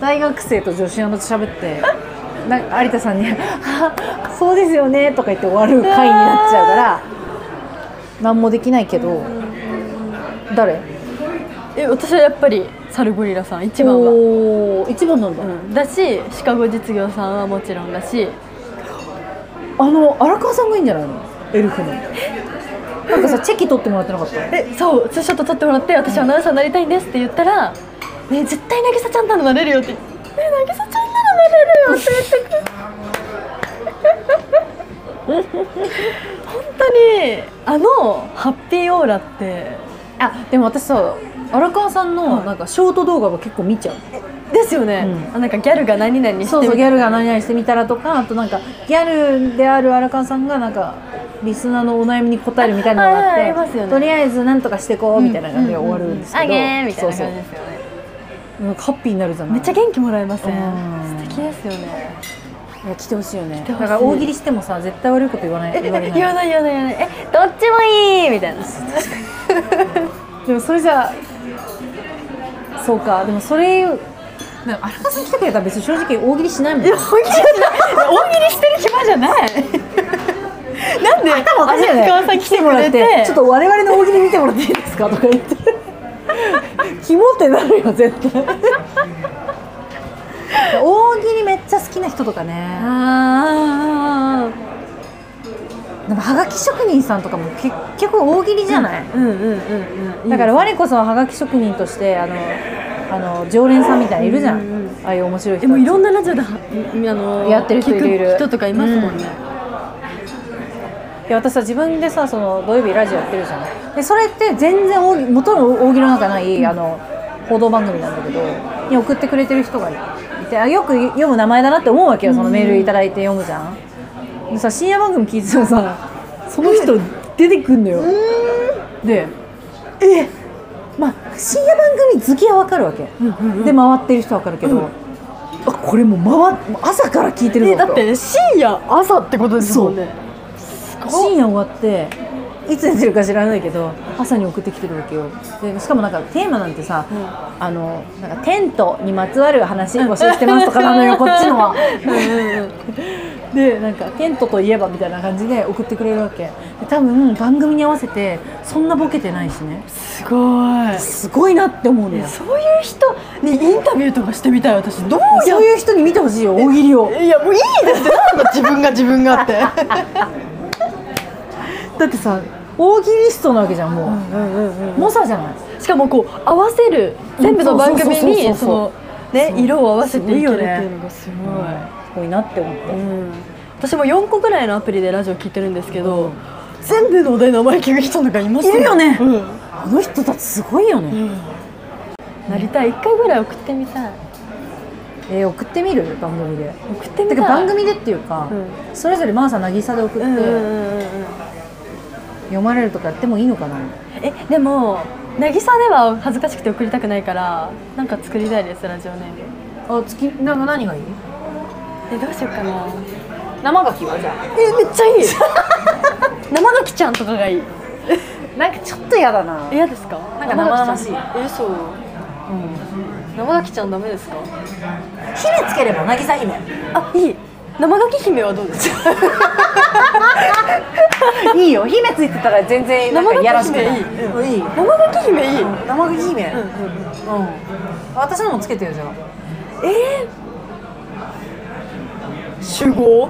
S1: 大学生と女子アナと喋ってなんか有田さんにあ「そうですよね」とか言って終わる回になっちゃうから何もできないけど誰
S3: え私はやっぱりサルゴリラさん一番は、
S1: おー一番なんだ、
S3: うん、だしシカゴ実業さんはもちろんだし
S1: あの荒川さんがいいんじゃないのエルフのなんかさチェキ取ってもらってなかった
S3: えそうツーショット撮ってもらって私アナウンサーになりたいんですって言ったら「ねえ絶対渚ちゃんならなれるよ」って「ねえ渚ちゃんならなれるよ」って言ってくる
S1: [laughs]
S3: 本当にあのハッピーオーラって
S1: あでも私さ荒川さんのなんかショート動画は結構見ちゃう
S3: ですよね、
S1: うん
S3: あなんかギャルが何々してみた
S1: そうそうギ
S3: い
S1: ャルが何々してみたらとかあとなんかギャルである荒川さんがなんかリスナーのお悩みに答えるみたいなのがあっ
S3: あ
S1: て
S3: ありますよね
S1: とりあえずなんとかしてこうみたいな感じで終わるんですけど、
S3: あげーみたいな
S1: そう
S3: 感じですよね
S1: そうなんかハッピーになるじゃない
S3: めっちゃ元気もらえません
S1: うん
S3: 素敵ですよね
S1: いや来てほしいよね
S3: て
S1: だ
S3: ほしい
S1: から大喜利してもさ絶対悪いこと言わない
S3: え
S1: 言われ
S3: 言
S1: な
S3: わ
S1: い
S3: ない言わない言わないえどっちもいいみたいな
S1: でもそれじゃそうかでもそれでも荒川さん来てくれたら別に正直大喜利しないもん
S3: 大喜利しない大喜利してる暇じゃないなんで
S1: 頭おかしいよね
S3: 荒川さん来てもらっ
S1: 来てもら
S3: て
S1: ってちょっと我々の大喜利見てもらっていいですかとか言ってキモってなるよ絶対大喜利めっちゃ好きな人とかね
S3: ああ
S1: なんかはがき職人さんとかも結局大喜利じゃない、
S3: うんうんうんうん
S1: だから我こそははがき職人としてあのあの常連さんみたいにいるじゃん、ああいう面白い人
S3: でもいろんなラジオではんあの
S1: やってる人いるいる
S3: 聞く人とかいますもんね、
S1: いや私さ自分でさその土曜日ラジオやってるじゃんでそれって全然大喜元の大喜利の中ない、あの報道番組なんだけどに送ってくれてる人がいてあよく読む名前だなって思うわけよそのメールいただいて読むじゃん、でさ深夜番組聞いてたらさその人出てくんのよでえまあ深夜番組好きはわかるわけ、で回ってる人はわかるけど、あこれもう回っ朝から聞いてる
S3: え
S1: の
S3: だって深夜朝ってことですもんね
S1: 深夜終わっていつ寝てるか知らないけど朝に送ってきてるわけよでしかもなんかテーマなんてさ、あのなんかテントにまつわる話募集してますとかなの
S3: [laughs]
S1: よこっちのはでなんかテントといえばみたいな感じで送ってくれるわけで多分番組に合わせてそんなボケてないしね
S3: すごい
S1: すごいなって思うのよ
S3: そういう人にインタビューとかしてみたい私どうや
S1: そういう人に見てほしいよ大喜利を
S3: いやもういいですってなんだ自分が自分がって
S1: だってさ大喜利ストなわけじゃんもう,、猛者じゃない
S3: しかもこう合わせる全部の番組にそのね色を合わせていけるっていうのがすごい
S1: すごいなって思って、
S3: 私も4個ぐらいのアプリでラジオ聞いてるんですけど、全部のお題名前聞く人とかいます
S1: いるよね
S3: うん
S1: あの人たちすごいよね、
S3: なりたい1回ぐらい送ってみたい
S1: えー送ってみる番組で
S3: 送ってみ
S1: て
S3: たい
S1: か番組でっていうか、
S3: うん
S1: それぞれマーサ渚で送って、
S3: うんうんうんうん
S1: 読まれるとかやってもいいのかな
S3: えでも渚では恥ずかしくて送りたくないからなんか作りたいですラジオネーム
S1: あ月なんか何がいい
S3: えどうしようかな
S2: 生牡蠣はじゃ
S3: えめっちゃいい生ガキちゃんとかがいい
S2: あなんかちょっと嫌だな
S3: 嫌ですかなん
S2: か生々しい
S3: えそう生ガキちゃんダメですか
S2: 姫つければ渚姫
S3: あいい生ガキ姫はどうですか
S2: いいよ姫ついてたら全然なんかいやらしくない
S3: 生牡蠣姫いい
S2: うんいい
S3: 生ガキ姫いい、
S2: 生牡蠣姫うん、私のもつけてよじゃあ
S3: えー、集合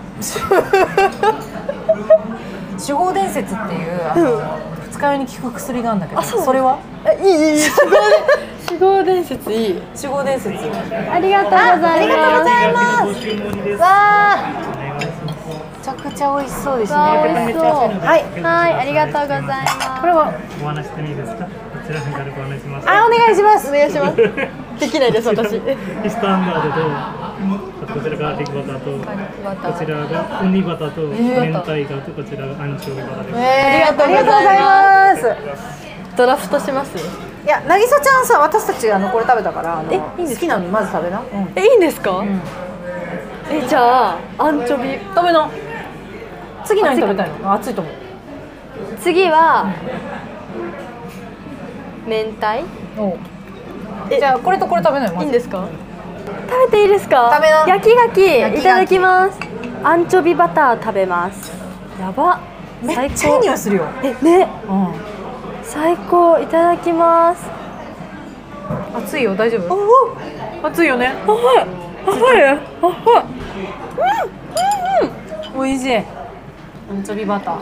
S2: 守護伝説っていうあの二日酔いに効く薬があるんだけど
S3: あそうなんだ
S2: それは
S3: えいいいいいい集合で集合伝説いい
S2: 守護伝説
S3: ありがとうございますありがとうございます
S2: めちゃくちゃ美味しそうですね
S3: 美味しそうはいはいありがとうございますこれは
S5: お話ししてもいいですかこちらからご案内します
S3: あお願いしますお願いしますできないです私
S5: スタンダードとこちらがテキバタとこちらがウニバタと明太ガとこちらがアンチョウバタです
S3: ありがとうござい
S2: ありがとうございます
S3: ますドラフトします
S2: いや渚ちゃんさ私たちあのこれ食べたからあの
S3: えいいんですか
S2: 好きなのまず食べな、うん
S3: えいいんですか、えじゃあアンチョビ
S2: 食べな次何食べたいの熱いと思う
S3: 次は明太え
S2: じゃあこれとこれ食べないま
S3: いいん
S2: ず
S3: ですか食べていいですか
S2: 食べな
S3: 焼き牡蠣
S2: 焼き牡蠣
S3: いただきますアンチョビバター食べますやば
S2: めっちゃいい匂いするよ
S3: えね
S2: う
S3: 最高いただきます
S2: ん熱いよ大丈夫
S3: お
S2: 熱いよね
S3: 甘い甘いよ甘い
S2: 美味しいアンチョビバター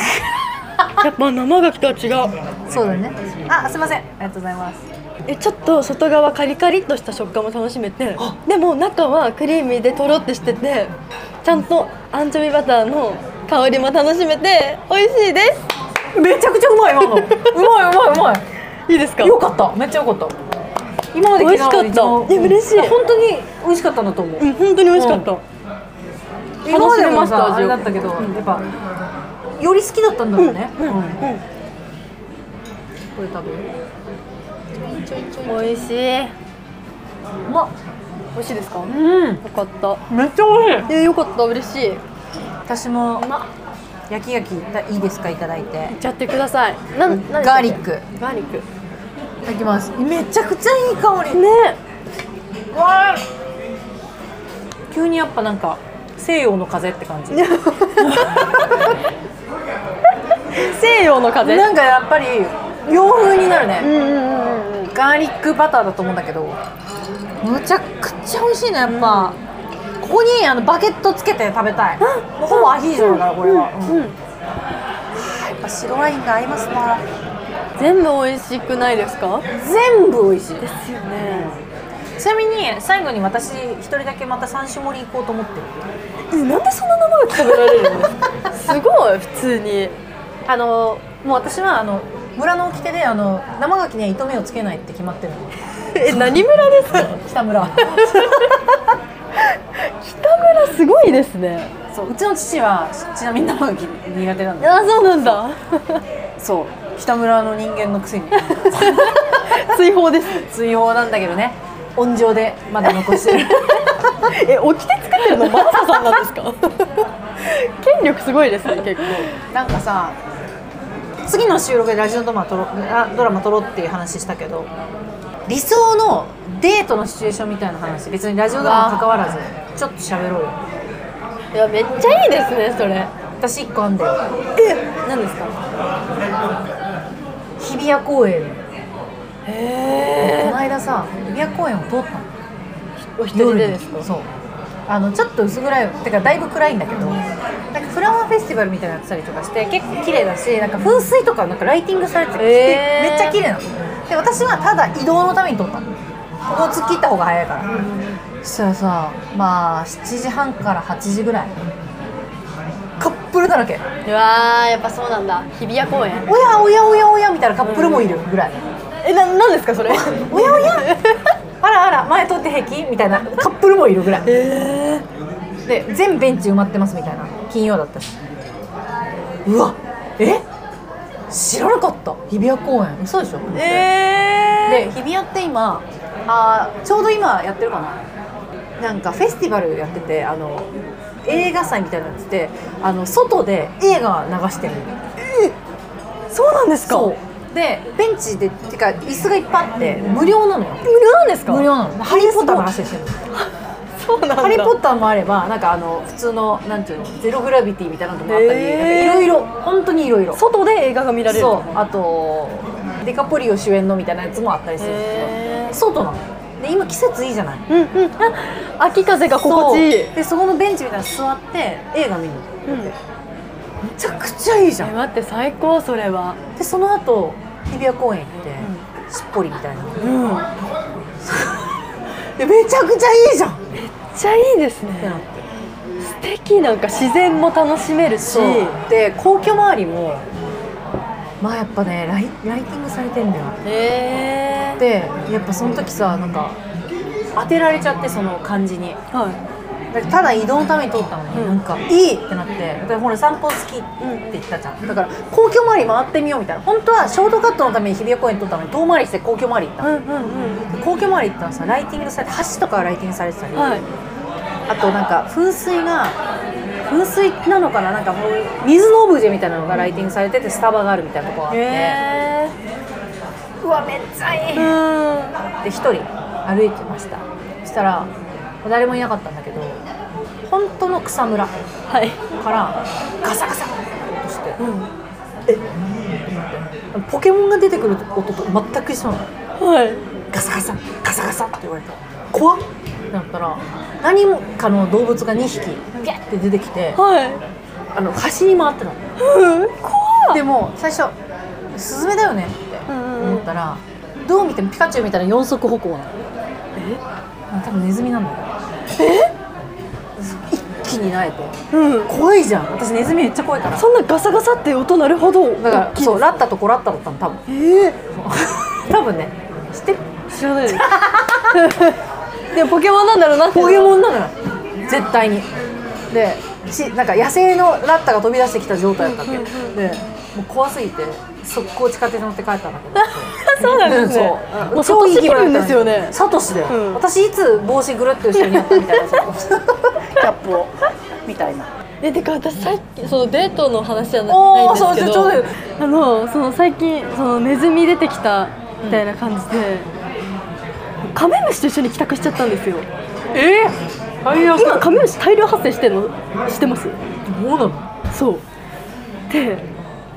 S3: [laughs] やっぱ生牡蠣とは違う
S2: そうだねあすいませんありがとうございます
S3: えちょっと外側カリカリっとした食感も楽しめてでも中はクリーミーでとろってしててちゃんとアンチョビバターの香りも楽しめて美味しいです
S2: めちゃくちゃうまい今のうまいうまいうまい
S3: いいですか
S2: よかっためっちゃよかった今まで聞いた中で一番
S3: 美味しかったいや嬉しい
S2: や本当に美味しかったんだと思う
S3: うん本当に美味しかった、
S2: 今までも
S3: 楽しめました
S2: さあれだったけどやっぱより好きだったんだろうねうんこれ食べる
S3: 美味しい
S2: うまっ
S3: 美味しいですか、よ
S2: うん
S3: かった
S2: めっちゃ美味しい
S3: えよかった嬉しい
S2: 私も
S3: ま
S2: 焼き焼きいたいいですかいただいて
S3: っちゃってくださいなん
S2: ガーリック
S3: クガーリック
S2: いただきますめちゃくちゃいい香り
S3: ね
S2: わあ急にやっぱなんか西洋の風って感じ
S3: 西洋の風
S1: なんかやっぱり洋風になるね、ガーリックバターだと思うんだけどむちゃくちゃ美味しいねやっぱ、ここにあのバケットつけて食べたい、もうほぼアヒージョだからこれは、うんやっぱ白ワインが合いますな
S3: 全部美味しくないですか
S1: 全部美味しい
S3: ですよね
S1: ちなみに最後に私一人だけまた三種盛り行こうと思ってる
S3: なんでそんな長く食べられるのすごい普通に
S1: あのもう私はあの村の掟であの生牡蠣には糸目をつけないって決まってるの
S3: え何村ですか
S1: 北村
S3: 北村すごいですね
S1: [laughs] そううちの父はちなみに生牡蠣苦手なんだ
S3: あそうなんだ
S1: そう北村の人間の [laughs] くせに
S3: 追放です
S1: 追放なんだけどね温情でまだ残してる [laughs]
S3: え起きて作ってるのマサさんなんですか権力すごいですね結構
S1: なんかさ次の収録でラジオドラマ撮ろあドラマ撮ろうっていう話したけど理想のデートのシチュエーションみたいな話別にラジオドラマ関わらずちょっと喋ろうよ
S3: いやめっちゃいいですねそれ
S1: 私1個あんだよ
S3: え何ですか
S1: 日比谷公園
S3: へえ
S1: この間さ日比谷公園を通ったの
S3: お一人でですか
S1: そうあのちょっと薄暗いてかだいぶ暗いんだけどなんかフラワーフェスティバルみたいなのやってたりとかして結構綺麗だしなんか噴水とかなんかライティングされてて、
S3: へー
S1: めっちゃ綺麗なので私はただ移動のために撮ったのここ突っ切った方が早いから、そしたらさまあ7時半から8時ぐらいカップルだらけ
S3: うわーやっぱそうなんだ日比谷公園
S1: おやおやおやおやみたいなカップルもいるぐらい、
S3: えななんですかそれ
S1: [laughs] おやおやあらあら前通って平気みたいなカップルもいるぐらいで全ベンチ埋まってますみたいな金曜だったしうわえ知らなかった日比谷公園嘘でしょ
S3: え
S1: で日比谷って今あーちょうど今やってるかななんかフェスティバルやっててあの映画祭みたいなのやつであの外で映画流してる
S3: ー、そうなんですか
S1: そうでベンチでてか椅子がいっぱいあって無料なのよ
S3: 無料なんですか
S1: 無料なのハリー・ポッターの話してる
S3: そうなんだ
S1: ハリー・ポッターもあればなんかあの普通のなんていうのゼログラビティみたいなのもあったり
S3: へー
S1: いろいろ本当にいろいろ
S3: 外で映画が見られる
S1: そうあとデカポリオ主演のみたいなやつもあったりするんです
S3: へ
S1: けど外なので今季節いいじゃない
S3: うんうんあ秋風が心地いい
S1: そうでそこのベンチみたいなの座って映画見るの
S3: うんえ
S1: めちゃくちゃいいじゃん
S3: 待って最高それは
S1: でその後日比谷公園行って、しっぽりみたいな
S3: うんめっ
S1: [laughs] でめちゃくちゃいいじゃんって
S3: ちゃいいですね
S1: なって
S3: 素敵なんか自然も楽しめるし
S1: で皇居周りもまあやっぱねライライティングされてんだよ
S3: へえ
S1: でやっぱその時さなんか当てられちゃってその感じに
S3: は
S1: だからただ移動のために通ったのに、なんかいいってなってでほら散歩好きって言ったじゃん、だから皇居周り回ってみようみたいな本当はショートカットのために日比谷公園通ったのに遠回りして皇居周り行った
S3: い
S1: の、
S3: うんうんうん
S1: で皇居周り行ったらさライティングされて橋とかがライティングされてたり、
S3: はい
S1: あとなんか噴水が噴水なのかななんかもう水のオブジェみたいなのがライティングされててスタバがあるみたいなとこがあって、
S3: へ
S1: うわめっちゃいい
S3: えうん
S1: で一人歩いてましたそしたら誰もいなかったんだけど本当の草むらか
S3: はい
S1: らガサガサっとして、えポケモンが出てくる音と全く一緒なの
S3: はい
S1: ガサガサガサガサって言われて怖っってなったら何もかの動物が2匹ピャッて出てきて
S3: は
S1: あの端に回ってたのでも最初スズメだよねって思ったら、どう見てもピカチュウみたいな四足歩行なのえ多分ネズミなんだよえ一気になえて
S3: いうん
S1: 怖いじゃん私ネズミめっちゃ怖いから
S3: そんなガサガサって音なるほど
S1: だからそうラッタとコラッタだったの多分
S3: ええ
S1: 多分ね知ってる
S3: 知らないですでもポケモンなんだろうなって
S1: ポケモンなのよ絶対にでしなんか野生のラッタが飛び出してきた状態だったわけ、でもう怖すぎて速攻地下鉄乗って帰ったんだけど
S3: そうなんですね
S1: そう
S3: もう外してるんですよね
S1: サトシだよ、
S3: うん
S1: 私いつ帽子ぐるっと後ろにやったみたいな
S6: キャップをみたい
S1: [laughs]
S6: な
S3: えてか私さっきそのデートの話じゃな
S1: おー
S3: ないんですけ
S1: そ
S3: ど
S1: うそうちょう
S3: あのその最近そのネズミ出てきたみたいな感じで、カメムシと一緒に帰宅しちゃったんですよ
S1: え最悪
S3: 今カメムシ大量発生してんのしてます
S1: どうなの
S3: そうで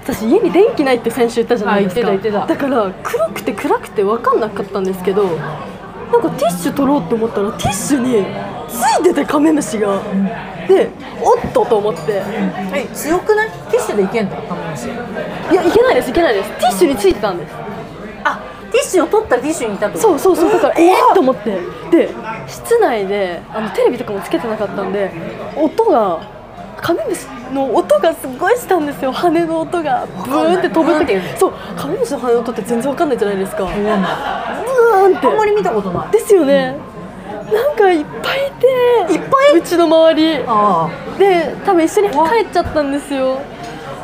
S2: 私家に電気ないって先週言ったじゃないですか
S4: あ言ってた言って
S2: だから黒くて暗くて分かんなかったんですけどなんかティッシュ取ろうと思ったらティッシュについててカメムシがでおっとと思って
S4: え強くないティッシュでいけんだカメムシ
S2: いやいけないですいけないですティッシュについてたんです
S4: あティッシュを取ったらティッシュにいたってこと
S2: そうそうそうだからえっと思ってで室内であのテレビとかもつけてなかったんで音がカメムシの音がすごいしたんですよ羽の音がブーンって飛ぶ
S4: なんて
S2: 時
S4: いうの
S2: そうカメムシの羽の音って全然わかんないじゃないですかブ
S4: わかんな
S2: ーンって
S4: いあんまり見たことない
S2: ですよね、なんかいっぱいいていっぱいうちの周り
S4: あ
S2: で多分一緒に帰っちゃったんですよ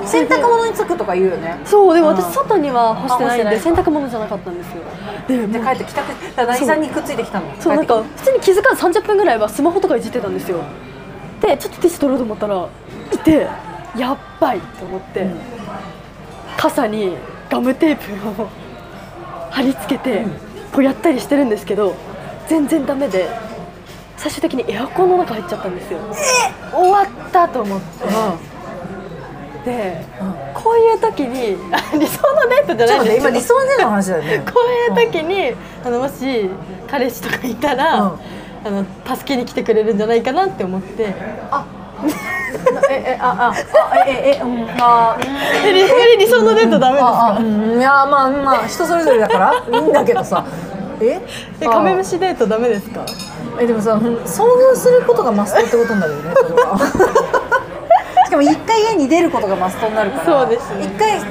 S4: あ洗濯物につくとか言うよね
S2: そうでも
S4: うん
S2: 私外には干してないん
S4: あ干
S2: で
S4: して
S2: 洗濯物じゃなかったんですよ
S4: で帰って帰宅だから渚さんにくっついてきたの
S2: そう
S4: 帰
S2: なん
S4: って
S2: か普
S4: きて
S2: 通に気づかず30分ぐらいはスマホとかいじってたんですよでちょっとティッシュ取ろうと思ったらいてやっばいと思って、傘にガムテープを [laughs] 貼り付けてこうやったりしてるんですけど全然ダメで最終的にエアコンの中入っちゃったんですよ終わったと思って、で、こういう時にあ理想のデートじゃ
S4: ちょっ
S2: ないで
S4: と待って
S2: す
S4: 今
S2: よ
S4: 理想での話だよね
S2: こういう時に、あのもし彼氏とかいたら、
S4: うん
S2: あの助けに来てくれるんじゃないかなって思って
S4: ええあああえええうんあ
S2: え理え理想のデートダメです
S4: ああうんいやまあまあ人それぞれだからいいんだけどさえ
S2: えカメムシデートダメですか
S4: えでもさうん遭遇することがマストってことになるよねそれは
S2: [laughs]
S4: しかも一回家に出ることがマストになるから
S2: そうですね
S4: 一回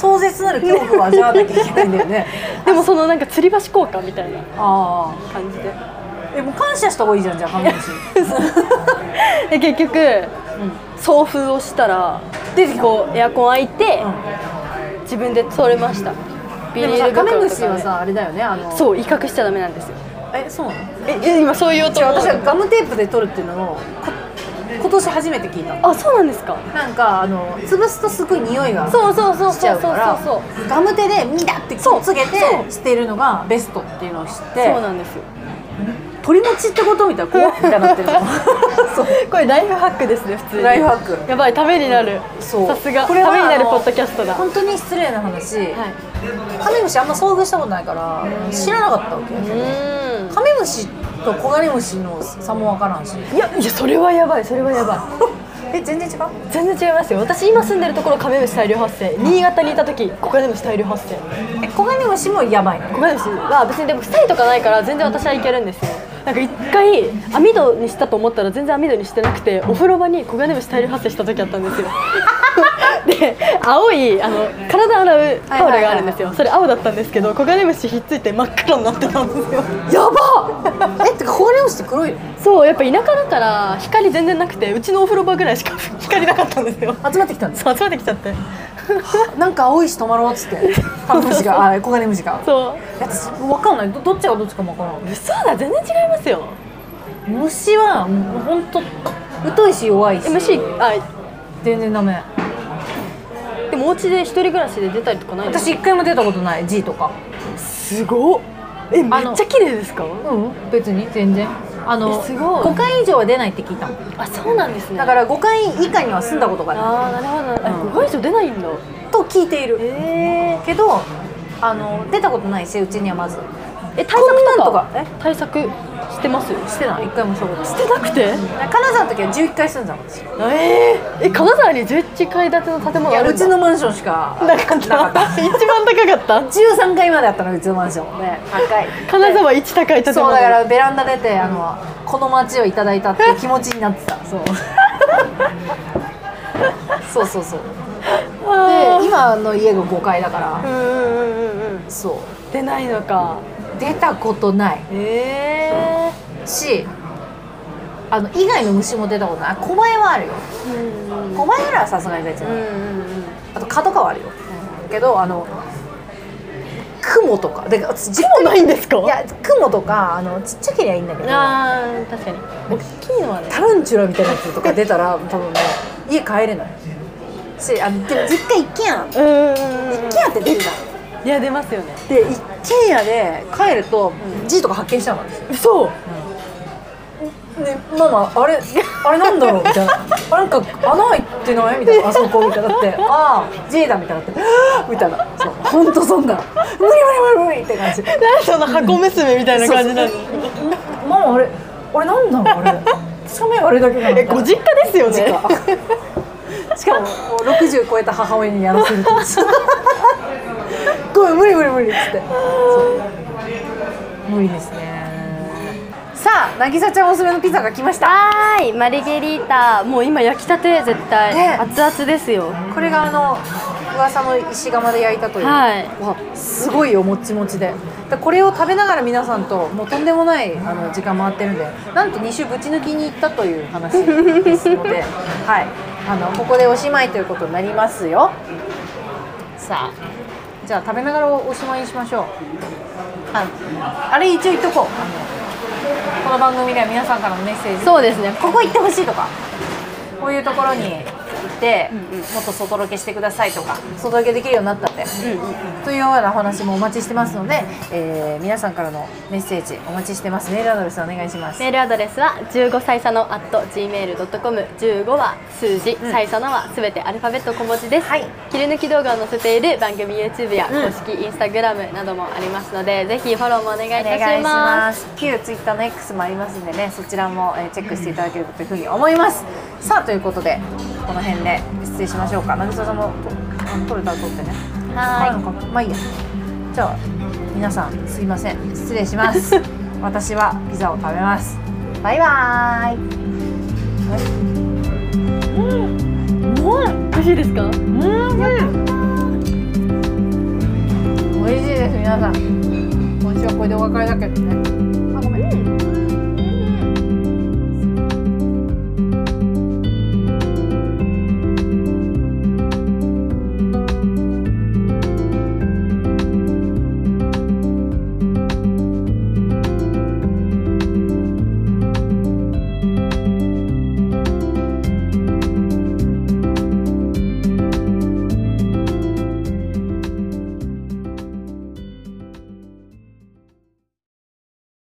S4: 壮絶なる恐怖を味わわなきゃいけないんだよ
S2: [laughs]
S4: ね
S2: でもそのなんか吊り橋効果みたいな
S4: あ
S2: 感じで
S4: あえもう感謝した方がいいじゃんじゃあカメムシ
S2: で結局、送風をしたらでこうエアコン開いて、自分で取れましたビ
S4: で
S2: ニ
S4: も
S2: ー
S4: さ
S2: ル
S4: カメ
S2: 袋
S4: ム
S2: と
S4: シ
S2: か
S4: は
S2: で
S4: さあれだよねあの
S2: そう威嚇しちゃダメなんですよ
S4: えそうなの
S2: え今そういう音
S4: 違う私はガムテープで撮るっていうのをこ今年初めて聞いた
S2: あそうなんですか
S4: なんかあの潰すとすごい匂いが
S2: そうそうそう
S4: しち
S2: そ
S4: ゃ
S2: う
S4: う
S2: そ
S4: か
S2: う
S4: ら
S2: そう
S4: ガム手でミダってくっつけて捨てるのがベストっていうのを知って
S2: そうなんですよ
S4: 鳥の血ってことみたいな怖っみたいになってるの
S2: [laughs]
S4: そう
S2: これライフハックですね普通に
S4: ライフハック
S2: やばいためになる
S4: そう
S2: さすが
S4: こ
S2: た
S4: れ
S2: め
S4: は
S2: になるポッドキャストだ
S4: 本当に失礼な話、
S2: はい
S4: カメムシあんま遭遇したことないから知らなかったわけ
S2: う
S4: カメムシとコガネムシの差もわからんし
S2: んいやいやそれはやばいそれはやば
S4: え全然違う
S2: い全然違いますよ私今住んでるところカメムシ大量発生新潟にいた時コガネムシ大量発生
S4: えコガネムシもやばいの
S2: コガネムシは別にでも臭いとかないから全然私はいけるんですよなんか一回網戸にしたと思ったら全然網戸にしてなくてお風呂場にコガネムシ大量発生した時あったん [laughs] ですよで青いあの体洗うタオルがあるんですよそれ青だったんですけどコガネムシひっついて真っ黒になってたんですよ
S4: やばっ [laughs] えってかコガネムシって黒いの
S2: そうやっぱ田舎だから光全然なくてうちのお風呂場ぐらいしか [laughs] 光なかったんですよ
S4: 集まってきたんです
S2: そう集まってきちゃって
S4: なんか青いし止まろうっつ [laughs] ってカメムシがあコガネムシが
S2: そう
S4: 私分かんないどどっちがどっちかも分からん
S2: 嘘だ全然違いますよ
S4: 虫はもうほんと疎いし弱いし
S2: え MC あ
S4: 全然ダメ
S2: でもお家で一人暮らしで出たりとかないです
S4: 私一回も出たことない G とか
S2: すごっえめ
S4: あ
S2: っ
S4: の
S2: ちゃ綺麗ですか
S4: うん別に全然あの
S2: えすごい
S4: 5回以上は出ないって聞いたもん
S2: あそうなんですね
S4: だから5回以下には住んだことがな
S2: ああなるほどなるほど、
S4: うん
S2: あご以上出ないんだ
S4: いと聞いているけどあの出たことないしうちにはまず
S2: え対策と
S4: こん
S2: か
S4: なんと
S2: 対策してます
S4: してない一回もしたことない
S2: してなくて
S4: 金沢の時は11回住んだんですよ
S2: えー、え金沢に11階建ての建
S4: い
S2: 物あ
S4: や
S2: る
S4: うん
S2: だ
S4: ちのマンションしか
S2: なかった
S4: なかっ
S2: 一番高かった
S4: 13階まであったのうちのマンションね高い
S2: 金沢一高い建物
S4: そうだからベランダ出てあのこの街をいただいたっていう気持ちになってた
S2: [laughs]
S4: そうそうそうそう
S2: あー
S4: で今の家が5階だから
S2: うんうんうんうんうん
S4: そ
S2: 出ないのか
S4: う出たことない
S2: ええ
S4: しあの以外の虫も出たことないあ小前はあるよ小前ぐらいはさすがに別に、あと蚊とかはあるよ、けどあの雲とかで私実家に
S2: ないんですか
S4: いや雲とかあのちっちゃけりゃいいんだけど
S2: あー確かに大きいのはね
S4: タランチュラみたいなやつとか出たら多分ね家帰れないしあのでも実家一軒家
S2: うんうんうん
S4: 一軒家って出るじゃん
S2: いや出ますよね
S4: で一軒家で帰ると G とか発見しちゃうの
S2: 嘘
S4: でママ
S2: [laughs]
S4: あれあれなんだろうみたいなあなんか穴開いてないみたい
S2: [laughs]
S4: なあそこみたいなだってああ G だみたいなだ [laughs] ってはぁみたいなそう本当そんな無理無理無理無理って
S2: [laughs]
S4: 感じ
S2: 何その箱娘みたいな感じなの
S4: ママあれあれなんだろう
S2: [laughs]
S4: あれつかめばあれだけなの
S2: えご実家ですよね
S4: しかももう60超えた母親にやらせるとごめん無理無理無理っつってそう無理ですねさあ渚ちゃんおすすめのピザが来ました
S3: はーいマルゲリータもう今焼きたて絶対、
S4: ね
S3: 熱々ですよ
S4: これがあの噂の石窯で焼いたという、
S3: はい
S4: わすごいよもっちもちでだこれを食べながら皆さんともうとんでもないあの時間回ってるんでなんと2週ぶち抜きに行ったという話ですので、 [laughs] はい、あのここでおしまいということになりますよさあじゃあ食べながらおしまいにしましょうああれ一応言っとこうあのこの番組では皆さんからのメッセージ
S3: そうですね
S4: ここ行ってほしいとかこういうところに行って、もっと外ロケしてくださいとか外ロケできるようになったって、というようなお話もお待ちしてますので、えー皆さんからのメッセージお待ちしてますメールアドレスお願いします
S3: メールアドレスは15歳差の at gmail.com15 は数字、歳差のはすべてアルファベット小文字です、切り抜き動画を載せている番組 YouTube や公式 Instagram などもありますので、ぜひフォローもお願いいた
S4: お
S3: します
S4: 願いします旧ツイッターの X もありますんでねそちらもえーチェックしていただければというふうに思いますさあということでこの辺で失礼しましょうか渚さんもとあ取れたら取ってね
S3: はーい
S4: あるのかなまあいいやじゃあ皆さんすいません失礼します [laughs] 私はピザを食べますバイバーイ
S3: 美味しいですか
S4: 美味しいです皆さん今週はこれでお別れだけどねあごめん